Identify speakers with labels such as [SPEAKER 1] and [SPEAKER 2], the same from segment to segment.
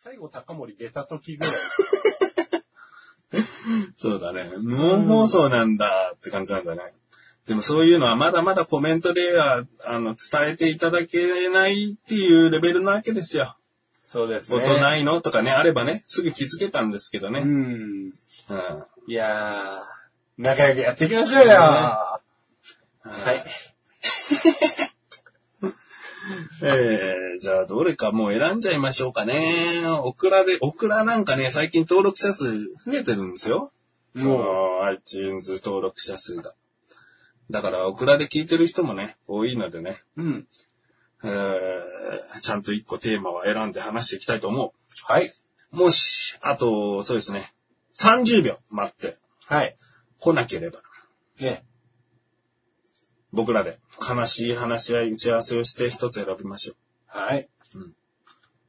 [SPEAKER 1] 最後高森出た時ぐらい。
[SPEAKER 2] そうだね。無音放送なんだって感じなんだね。でもそういうのはまだまだコメントでは、あの、伝えていただけないっていうレベルなわけですよ。
[SPEAKER 1] そうですね。
[SPEAKER 2] 音ないのとかね、あればね、すぐ気づけたんですけど
[SPEAKER 1] う
[SPEAKER 2] ね。
[SPEAKER 1] ん。
[SPEAKER 2] うん。
[SPEAKER 1] いやー、仲良くやっていきましょうよは
[SPEAKER 2] はい
[SPEAKER 1] い。。
[SPEAKER 2] えー、じゃあどれかもう選んじゃいましょうかね。オクラで、オクラなんかね、最近登録者数増えてるんですよ。その iTunes 登録者数が。だから、オクラで聞いてる人もね、多いのでね、
[SPEAKER 1] うん。
[SPEAKER 2] えーちゃんと一個テーマは選んで話していきたいと思
[SPEAKER 1] はい。
[SPEAKER 2] う。もし、あと、そうですね、30秒待って
[SPEAKER 1] はい。
[SPEAKER 2] 来なければ、
[SPEAKER 1] ね。
[SPEAKER 2] 僕らで悲しい話し合い、打ち合わせをして一つ選びましょ
[SPEAKER 1] はい。
[SPEAKER 2] うん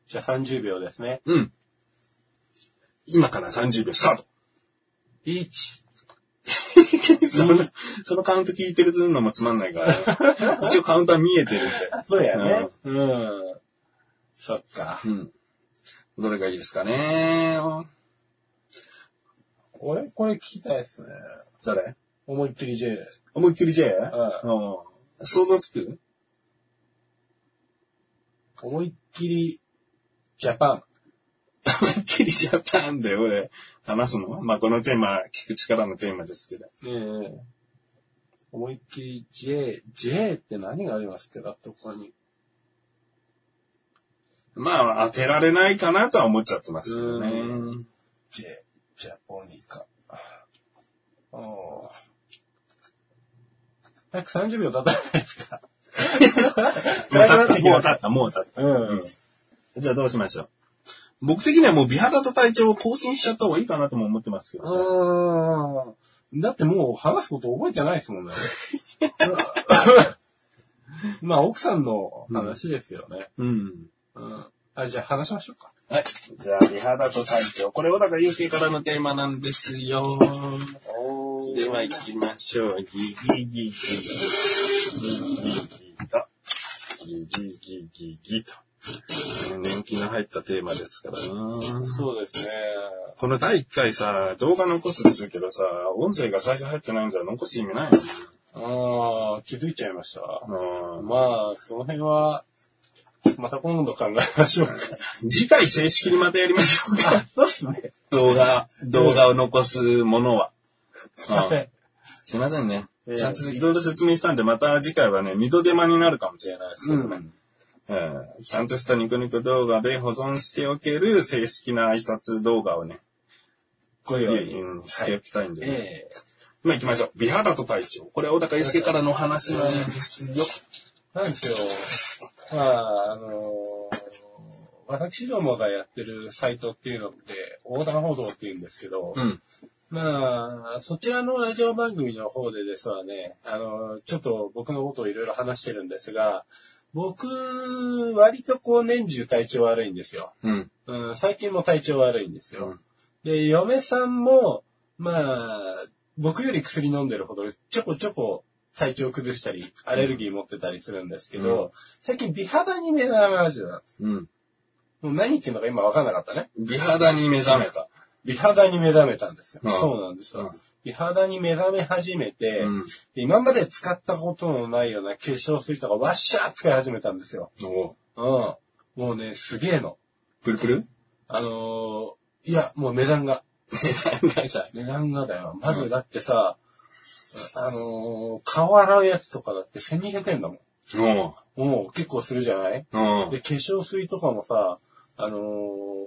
[SPEAKER 1] じゃあ30秒ですね。
[SPEAKER 2] う。うん。今から30秒スタート。
[SPEAKER 1] 1。
[SPEAKER 2] その、 そのカウント聞いてるのもつまんないから、ね、一応カウントは見えてるんで。
[SPEAKER 1] そうやね。うん。そっか。
[SPEAKER 2] うん。どれがいいですかね
[SPEAKER 1] これ、これ聞きたいですね。
[SPEAKER 2] 誰
[SPEAKER 1] 思いっきり J。
[SPEAKER 2] 思いっきり J?
[SPEAKER 1] う
[SPEAKER 2] うん。想像つく
[SPEAKER 1] 思いっきり、ジャパン。
[SPEAKER 2] 思いっきりジャパンで俺、話すのまあ、このテーマ、聞く力のテーマですけど。
[SPEAKER 1] ええ思いっきり J、J って何がありますっけだって他に。
[SPEAKER 2] まあ、当てられないかなとは思っちゃってますけどね。
[SPEAKER 1] う J、ジャポニカ。ああ。約30秒経たないですか
[SPEAKER 2] もう経っ
[SPEAKER 1] 暗
[SPEAKER 2] た、
[SPEAKER 1] くな
[SPEAKER 2] もう
[SPEAKER 1] ってきまし
[SPEAKER 2] 経った、も
[SPEAKER 1] う
[SPEAKER 2] う経っ
[SPEAKER 1] ん。
[SPEAKER 2] た。じゃあどうしましょう。僕的にはもう美肌と体調を更新しちゃった方がいいかなとも思ってますけどね。
[SPEAKER 1] うーん。だってもう話すこと覚えてないですもんね。まあ、奥さんの話ですよね。
[SPEAKER 2] うん。
[SPEAKER 1] うん。あ、じゃあ話しましょうか。
[SPEAKER 2] はい。じゃあ、美肌と体調。これをだから、ゆうけいからのテーマなんですよ。
[SPEAKER 1] お
[SPEAKER 2] では、行きましょう。ギギギギギギギギと。ギギギギギと。年季の入ったテーマですからな。
[SPEAKER 1] そうですね。
[SPEAKER 2] この第1回さ、動画残すですけどさ、音声が最初入ってないんじゃ残す意味ないよね。
[SPEAKER 1] ああ、気づいちゃいました。
[SPEAKER 2] うん
[SPEAKER 1] まあ、その辺は、また今度考えましょうか。
[SPEAKER 2] 次回正式にまたやりましょうか。
[SPEAKER 1] そうですね。
[SPEAKER 2] 動画、動画を残すものは。うん
[SPEAKER 1] はい。
[SPEAKER 2] すいませんね。
[SPEAKER 1] ええ
[SPEAKER 2] ちゃんといろいろ説明したんで、また次回はね、二度手間になるかもしれないですけどね。うんちゃんとしたニコニコ動画で保存しておける正式な挨拶動画をね、
[SPEAKER 1] ご用意。
[SPEAKER 2] うんしておきたいんで、ね
[SPEAKER 1] ええ
[SPEAKER 2] まあ行きましょう。美肌と体調。これ、小高祐介からのお話なんですよ。
[SPEAKER 1] なんですよ。まあ、あの私どもがやってるサイトっていうのって、横断歩道っていうんですけど、
[SPEAKER 2] うん。
[SPEAKER 1] まあ、そちらのラジオ番組の方でですわね、あの、ちょっと僕のことをいろいろ話してるんですが、僕、割とこう年中体調悪いんですよ。
[SPEAKER 2] うん。
[SPEAKER 1] うん、最近も体調悪いんですよ。
[SPEAKER 2] うん
[SPEAKER 1] で、嫁さんも、まあ、僕より薬飲んでるほど、ちょこちょこ体調崩したり、アレルギー持ってたりするんですけど、
[SPEAKER 2] う
[SPEAKER 1] 最近美肌に目覚め始めたんです。
[SPEAKER 2] うん。
[SPEAKER 1] もう何言ってんのか今わかんなかったね。
[SPEAKER 2] 美肌に目覚めた。
[SPEAKER 1] 美肌に目覚めたんですよ。
[SPEAKER 2] うん
[SPEAKER 1] そうなんですよ。
[SPEAKER 2] うん
[SPEAKER 1] 美肌に目覚め始めて、
[SPEAKER 2] うん。
[SPEAKER 1] 今まで使ったことのないような化粧水とかわっしゃー使い始めたんですよ。
[SPEAKER 2] お
[SPEAKER 1] うん。もうね、すげえの。
[SPEAKER 2] プルプ ル
[SPEAKER 1] あのーいや、もう値段が。値段がだよ。まずだってさ、あのー顔洗うやつとかだって1200円だもん。
[SPEAKER 2] お
[SPEAKER 1] もう結構するじゃない
[SPEAKER 2] うん。
[SPEAKER 1] で、化粧水とかもさ、あのー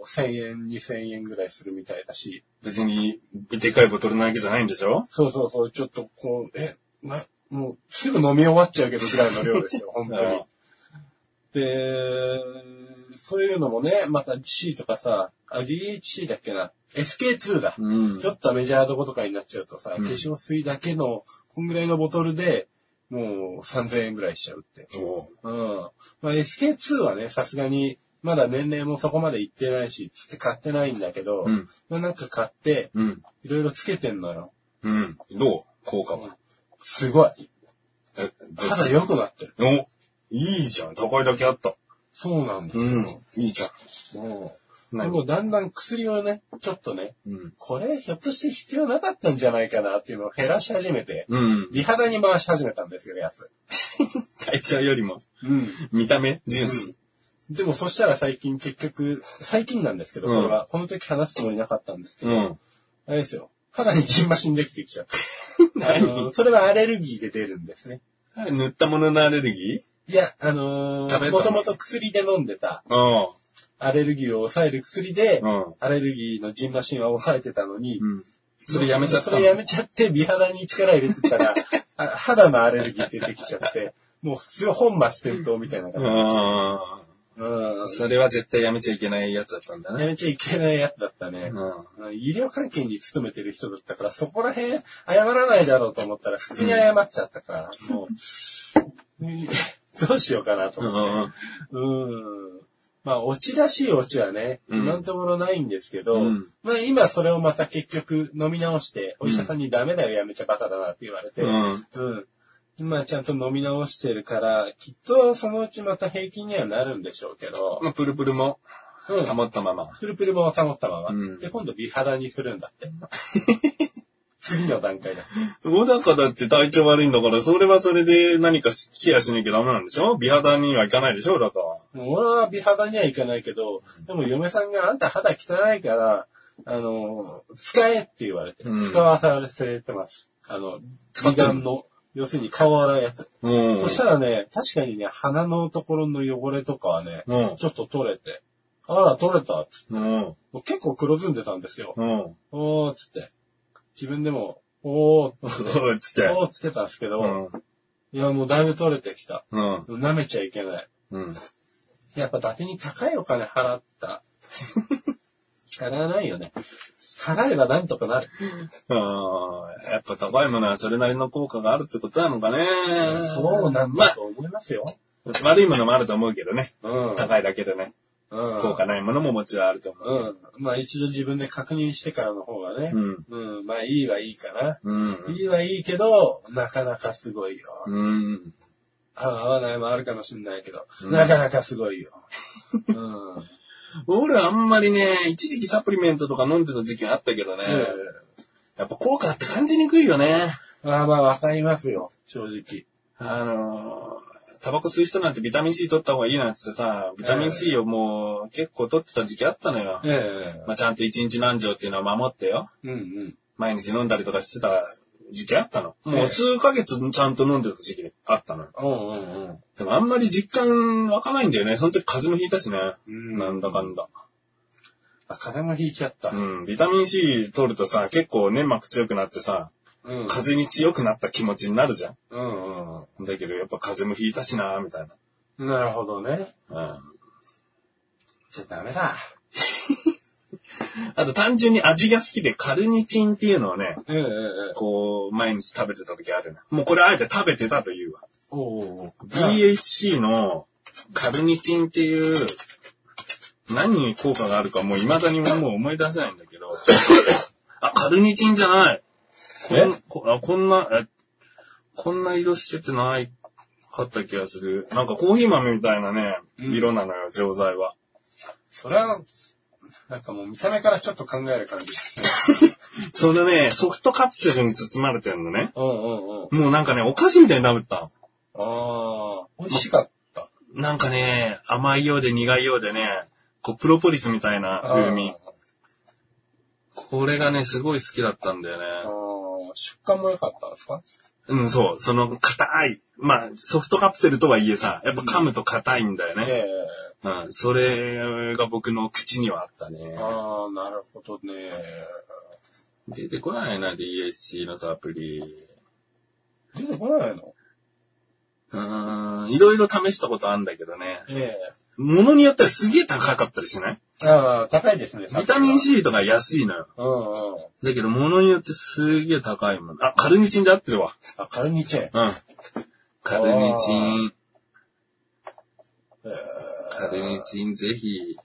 [SPEAKER 1] 1000円、2000円ぐらいするみたいだし、
[SPEAKER 2] 別に、でかいボトルなわけじゃないんでしょ
[SPEAKER 1] そうそうそう、ちょっとこう、え、な、もうすぐ飲み終わっちゃうけどぐらいの量ですよ、本当に。で、そういうのもね、また C とかさ、あ、DHC だっけな、SK2 だ。
[SPEAKER 2] うん
[SPEAKER 1] ちょっとメジャーどことかになっちゃうとさ、
[SPEAKER 2] うん
[SPEAKER 1] 化粧水だけの、こんぐらいのボトルで、もう3000円ぐらいしちゃうって。
[SPEAKER 2] お
[SPEAKER 1] うん。まあ SK2 はね、さすがに、まだ年齢もそこまでいってないし、つって買ってないんだけど、
[SPEAKER 2] うん。
[SPEAKER 1] まあなんか買って、
[SPEAKER 2] うん。
[SPEAKER 1] いろいろつけてんのよ。
[SPEAKER 2] うん。どう効果は。
[SPEAKER 1] すごい。
[SPEAKER 2] え、どっ
[SPEAKER 1] 肌
[SPEAKER 2] ち
[SPEAKER 1] 良くなってる。
[SPEAKER 2] おいいじゃん。高いだけあった。
[SPEAKER 1] そうなんです
[SPEAKER 2] うん
[SPEAKER 1] よ。。
[SPEAKER 2] いいじゃん。
[SPEAKER 1] もで
[SPEAKER 2] 何
[SPEAKER 1] もだんだん薬をね、ちょっとね、
[SPEAKER 2] うん。
[SPEAKER 1] これひょっとして必要なかったんじゃないかなっていうのを減らし始めて、
[SPEAKER 2] うん。
[SPEAKER 1] 美肌に回し始めたんですよ、やつ。
[SPEAKER 2] 体調よりも、
[SPEAKER 1] うん。
[SPEAKER 2] 見た目、ジュース。
[SPEAKER 1] でもそしたら最近結局、最近なんですけど、
[SPEAKER 2] うん
[SPEAKER 1] これは、この時話すつもりなかったんですけ
[SPEAKER 2] う
[SPEAKER 1] ど、
[SPEAKER 2] ん。
[SPEAKER 1] あれですよ。肌にジンマシンできてきちゃって。 あ
[SPEAKER 2] 何
[SPEAKER 1] の、それはアレルギーで出るんですね。
[SPEAKER 2] 塗ったもののアレルギ
[SPEAKER 1] いや、あの
[SPEAKER 2] 食
[SPEAKER 1] ー、
[SPEAKER 2] べたの
[SPEAKER 1] もともと薬で飲んでた、
[SPEAKER 2] ー
[SPEAKER 1] アレルギーを抑える薬で、
[SPEAKER 2] うん。うん。
[SPEAKER 1] アレルギーのジンマシンは抑えてたのに、
[SPEAKER 2] うん。それやめちゃっ
[SPEAKER 1] そ
[SPEAKER 2] たの。
[SPEAKER 1] れやめちゃって、美肌に力入れてた ら、あ肌のアレルギー出てきちゃって、もう普通本末転倒みたいな感じ。
[SPEAKER 2] あ
[SPEAKER 1] う
[SPEAKER 2] あ。
[SPEAKER 1] ん。
[SPEAKER 2] それは絶対やめちゃいけないやつだったんだ
[SPEAKER 1] や
[SPEAKER 2] ね。
[SPEAKER 1] めちゃいけないやつだったね。
[SPEAKER 2] うん。
[SPEAKER 1] 医療関係に勤めてる人だったから、そこら辺謝らないだろうと思ったら、普通に謝っちゃったから、もう、うんどうしようかなと
[SPEAKER 2] う
[SPEAKER 1] 思って。
[SPEAKER 2] ん。
[SPEAKER 1] うん。まあ、オチらしいオチはね、
[SPEAKER 2] うん
[SPEAKER 1] 今のところないんですけど、
[SPEAKER 2] うん
[SPEAKER 1] まあ今それをまた結局飲み直して、お医者さんにダメだよ、やめちゃバカだなって言われて、
[SPEAKER 2] うん。
[SPEAKER 1] うん。まあちゃんと飲み直してるから、きっとそのうちまた平均にはなるんでしょうけど、
[SPEAKER 2] まあ、プルプルも
[SPEAKER 1] うん
[SPEAKER 2] 保ったまま。
[SPEAKER 1] プルプルも保ったまま。
[SPEAKER 2] うん
[SPEAKER 1] で、今度美肌にするんだって。次の段階だ。
[SPEAKER 2] 小高だって体調悪いんだから、それはそれで何かケアしなきゃダメなんでしょ美肌にはいかないでしょだから。
[SPEAKER 1] もう俺は美肌にはいかないけど、でも嫁さんがあんた肌汚いから、あの、使えって言われて、
[SPEAKER 2] うん
[SPEAKER 1] 使わされてます。あの、
[SPEAKER 2] 使っ
[SPEAKER 1] 美
[SPEAKER 2] てんの
[SPEAKER 1] 顔の、要するに顔洗うやつ。
[SPEAKER 2] うん。
[SPEAKER 1] そしたらね、確かにね、鼻のところの汚れとかはね、
[SPEAKER 2] うん。
[SPEAKER 1] ちょっと取れて、あら、取れた。
[SPEAKER 2] うん。
[SPEAKER 1] もう結構黒ずんでたんですよ。
[SPEAKER 2] うん。
[SPEAKER 1] おーっつって。自分でも、おー、
[SPEAKER 2] そう、つって。
[SPEAKER 1] おーっつってたんですけど、
[SPEAKER 2] うん。
[SPEAKER 1] いや、もうだいぶ取れてきた。
[SPEAKER 2] うん。
[SPEAKER 1] 舐めちゃいけない。
[SPEAKER 2] うん。
[SPEAKER 1] やっぱ伊達に高いお金払 った。払わないよね。払えばなんとかなる。
[SPEAKER 2] ああ、やっぱ高いものはそれなりの効果があるってことなのかね。
[SPEAKER 1] そうなん
[SPEAKER 2] ま
[SPEAKER 1] だ
[SPEAKER 2] あ、
[SPEAKER 1] と思いますよ。
[SPEAKER 2] 悪いものもあると思うけどね。
[SPEAKER 1] うん。
[SPEAKER 2] 高いだけでね、
[SPEAKER 1] うん。
[SPEAKER 2] 効果ないものももちろんあると思
[SPEAKER 1] う
[SPEAKER 2] う。
[SPEAKER 1] ん。まあ一度自分で確認してからの方がね。
[SPEAKER 2] うん。
[SPEAKER 1] うん。まあいいはいいかな。
[SPEAKER 2] うん。
[SPEAKER 1] いいはいいけど、なかなかすごいよ。
[SPEAKER 2] うん。
[SPEAKER 1] 合う合わないもあるかもしれないけど、
[SPEAKER 2] うん
[SPEAKER 1] なかなかすごいよ。 うん。うん
[SPEAKER 2] 俺あんまりね、一時期サプリメントとか飲んでた時期があったけどね。やっぱ効果って感じにくいよね。
[SPEAKER 1] まあまあわかりますよ。正直。
[SPEAKER 2] あのー、タバコ吸う人なんてビタミン C 取った方がいいなんつってさ、ビタミン C をもう結構取ってた時期あったのよ。
[SPEAKER 1] ええ
[SPEAKER 2] まあちゃんと一日何錠っていうのは守ってよ。
[SPEAKER 1] うんうん。
[SPEAKER 2] 毎日飲んだりとかしてた時期あったの。
[SPEAKER 1] え
[SPEAKER 2] も
[SPEAKER 1] え
[SPEAKER 2] う数ヶ月ちゃんと飲んでた時期あったのよ。
[SPEAKER 1] うんうんうん。
[SPEAKER 2] でもあんまり実感湧かないんだよね。その時風邪もひいたしね。
[SPEAKER 1] うん
[SPEAKER 2] なんだかんだ。
[SPEAKER 1] あ、風邪もひいちゃった。
[SPEAKER 2] うん。ビタミン C 取るとさ、結構粘膜強くなってさ、
[SPEAKER 1] うん。
[SPEAKER 2] 風邪に強くなった気持ちになるじゃ。
[SPEAKER 1] うんうん
[SPEAKER 2] だけどやっぱ風邪もひいたしな、みたい
[SPEAKER 1] ん。なるほどね。
[SPEAKER 2] な。
[SPEAKER 1] じゃダメだ。
[SPEAKER 2] うん。あと単純に味が好きでカルニチンっていうのをね、
[SPEAKER 1] うんうんうん。
[SPEAKER 2] こう、毎日食べてた時あるな。もうこれあえて食べてたというわ。
[SPEAKER 1] おお。
[SPEAKER 2] DHC のカルニチンっていう、何に効果があるかもう未だにもう思い出せないんだけど。あ、カルニチンじゃない。こん
[SPEAKER 1] え
[SPEAKER 2] こあこんな、えこんな色しててないかった気がする。なんかコーヒー豆みたいなね、
[SPEAKER 1] うん
[SPEAKER 2] 色なのよ、錠剤は。
[SPEAKER 1] それは、なんかもう見た目からちょっと考える感じですね。
[SPEAKER 2] そのね、ソフトカプセルに包まれてんのね。
[SPEAKER 1] うんうんうん。
[SPEAKER 2] もうなんかね、お菓子みたいに食べた
[SPEAKER 1] ああ、美味しかった。
[SPEAKER 2] の。なんかね、甘いようで苦いようでね、こう、プロポリスみたいな風味。これがね、すごい好きだったんだよね。
[SPEAKER 1] あー食感も良かったんですか
[SPEAKER 2] うん、そう。その、硬い。まあ、ソフトカプセルとはいえさ、やっぱ噛むと硬いんだよね。
[SPEAKER 1] え
[SPEAKER 2] うん、それが僕の口にはあったね
[SPEAKER 1] え。ああ、なるほどね。
[SPEAKER 2] 出てこないな、DHC のサプリ。
[SPEAKER 1] 出てこないの
[SPEAKER 2] うーん、いろいろ試したことあるんだけどね。
[SPEAKER 1] え
[SPEAKER 2] ものによってはすげえ高かったりしない
[SPEAKER 1] えああ、高いですね。
[SPEAKER 2] ビタミン C とか安いのよ。
[SPEAKER 1] うんうん。
[SPEAKER 2] だけど、ものによってすげえ高いもん。あ、カルニチンで合ってるわ。
[SPEAKER 1] あ、カルニチェーン。
[SPEAKER 2] うん。カルニチン。
[SPEAKER 1] ええ
[SPEAKER 2] カルニチンぜひ。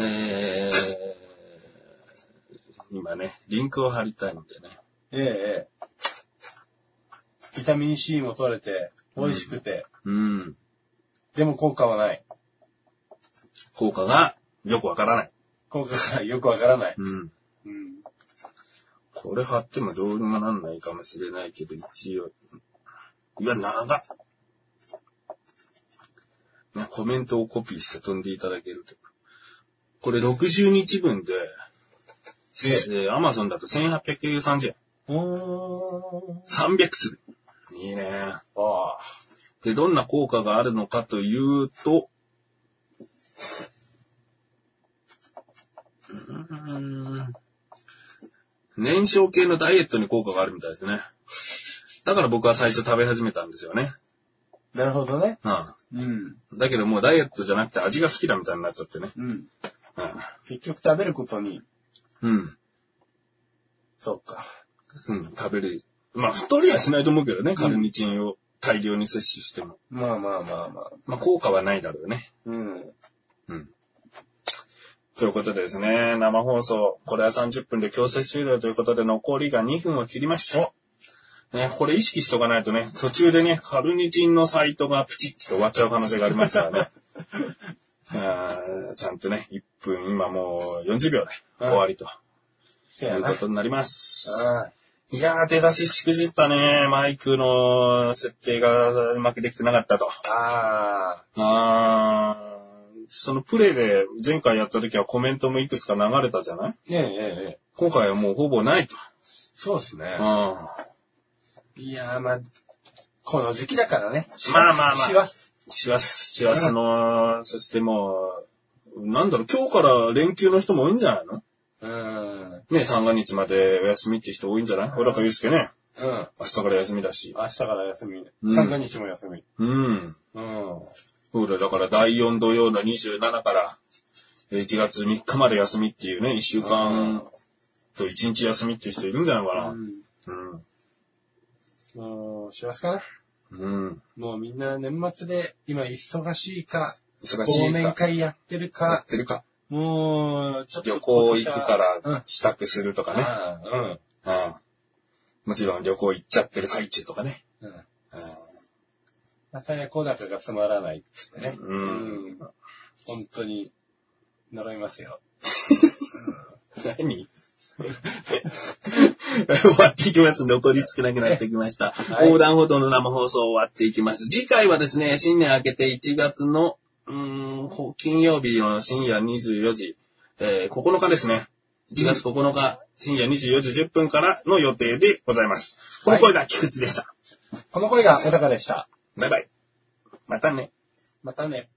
[SPEAKER 2] えー、今ね、リンクを貼りたいんでね。
[SPEAKER 1] ええええ。ビタミン C も取れて、美味しくて、
[SPEAKER 2] うん。
[SPEAKER 1] でも効果はない。
[SPEAKER 2] 効果がよくわからない。
[SPEAKER 1] 効果がよくわからない。
[SPEAKER 2] うん。
[SPEAKER 1] うん。
[SPEAKER 2] これ貼ってもどうにもなんないかもしれないけど、一応。いや、長っ。ね、コメントをコピーして飛んでいただけると。これ60日分で、で、アマゾンだと1893円。
[SPEAKER 1] お
[SPEAKER 2] 300粒。いいね。
[SPEAKER 1] ー。ああ。
[SPEAKER 2] で、どんな効果があるのかというと、うーん燃焼系のダイエットに効果があるみたいですね。だから僕は最初食べ始めたんですよね。
[SPEAKER 1] なるほどね。う
[SPEAKER 2] う
[SPEAKER 1] ん。
[SPEAKER 2] ん。だけどもうダイエットじゃなくて味が好きだみたいになっちゃってね。
[SPEAKER 1] うん。結局食べることに、
[SPEAKER 2] うん。うん。
[SPEAKER 1] そうか。
[SPEAKER 2] うん食べる。まあ太りはしないと思うけどね、カルニチンを大量に摂取しても。
[SPEAKER 1] まあまあまあまあ。
[SPEAKER 2] まあ効果はないだろうね。
[SPEAKER 1] うん。
[SPEAKER 2] ということでですね、生放送、これは30分で強制終了ということで、残りが2分を切りました。ね、これ意識しとかないとね、途中でね、カルニチンのサイトがプチッと終わっちゃう可能性がありますからね。あーちゃんとね、1分、今もう40秒で終わりと
[SPEAKER 1] せ
[SPEAKER 2] い
[SPEAKER 1] や
[SPEAKER 2] う
[SPEAKER 1] な。
[SPEAKER 2] こ
[SPEAKER 1] あ
[SPEAKER 2] とになります。
[SPEAKER 1] あ。
[SPEAKER 2] いやー、出だししくじったね。マイクの設定がうまくできてなかったと。
[SPEAKER 1] ああ。
[SPEAKER 2] あーそのプレイで前回やった時はコメントもいくつか流れたじゃない
[SPEAKER 1] ええええええ。
[SPEAKER 2] 今回はもうほぼないと。
[SPEAKER 1] そうですね。
[SPEAKER 2] う
[SPEAKER 1] いやー、まあ、この時期だからね。
[SPEAKER 2] まあまあまあ
[SPEAKER 1] します。
[SPEAKER 2] ん。しわす、しわすの、そしてもう、なんだろう、今日から連休の人も多いんじゃないの
[SPEAKER 1] うん。
[SPEAKER 2] ね、三が日までお休みって人多いんじゃない小高祐介ね、
[SPEAKER 1] うん。
[SPEAKER 2] 明日から休みだし。
[SPEAKER 1] 明日から休み。
[SPEAKER 2] うん
[SPEAKER 1] 三が日も休み。
[SPEAKER 2] うん。
[SPEAKER 1] うん。
[SPEAKER 2] そうだ、だから第4土曜の27から、1月3日まで休みっていうね、1週間と1日休みっていう人いるんじゃないかな。うん。
[SPEAKER 1] もう、しますかな。
[SPEAKER 2] うん。
[SPEAKER 1] もうみんな年末で今忙しいか、
[SPEAKER 2] 忙し
[SPEAKER 1] 忘
[SPEAKER 2] い
[SPEAKER 1] 年
[SPEAKER 2] か。
[SPEAKER 1] 会やってる
[SPEAKER 2] や
[SPEAKER 1] か
[SPEAKER 2] っ、てるか。
[SPEAKER 1] もう、ちょっと
[SPEAKER 2] 旅行行くか
[SPEAKER 1] うん。
[SPEAKER 2] ら、支度するとかね。
[SPEAKER 1] ああうん。
[SPEAKER 2] うん。もちろん旅行行っちゃってる最中とかね。
[SPEAKER 1] うん。
[SPEAKER 2] うん
[SPEAKER 1] 朝や小高がつまらないっつってね。
[SPEAKER 2] うん
[SPEAKER 1] うん。本当に、呪いますよ。
[SPEAKER 2] 何 終わっていきます。残り少なくなってきました。
[SPEAKER 1] い
[SPEAKER 2] 横断歩道の生放送終わっていきます。次回はですね、新年明けて1月の、うーんこう金曜日の深夜24時、えー9日ですね。1月9日、深夜24時10分からの予定でございます。この声が菊池でした。
[SPEAKER 1] この声が小高でした。
[SPEAKER 2] バイバイ。またね。
[SPEAKER 1] またね。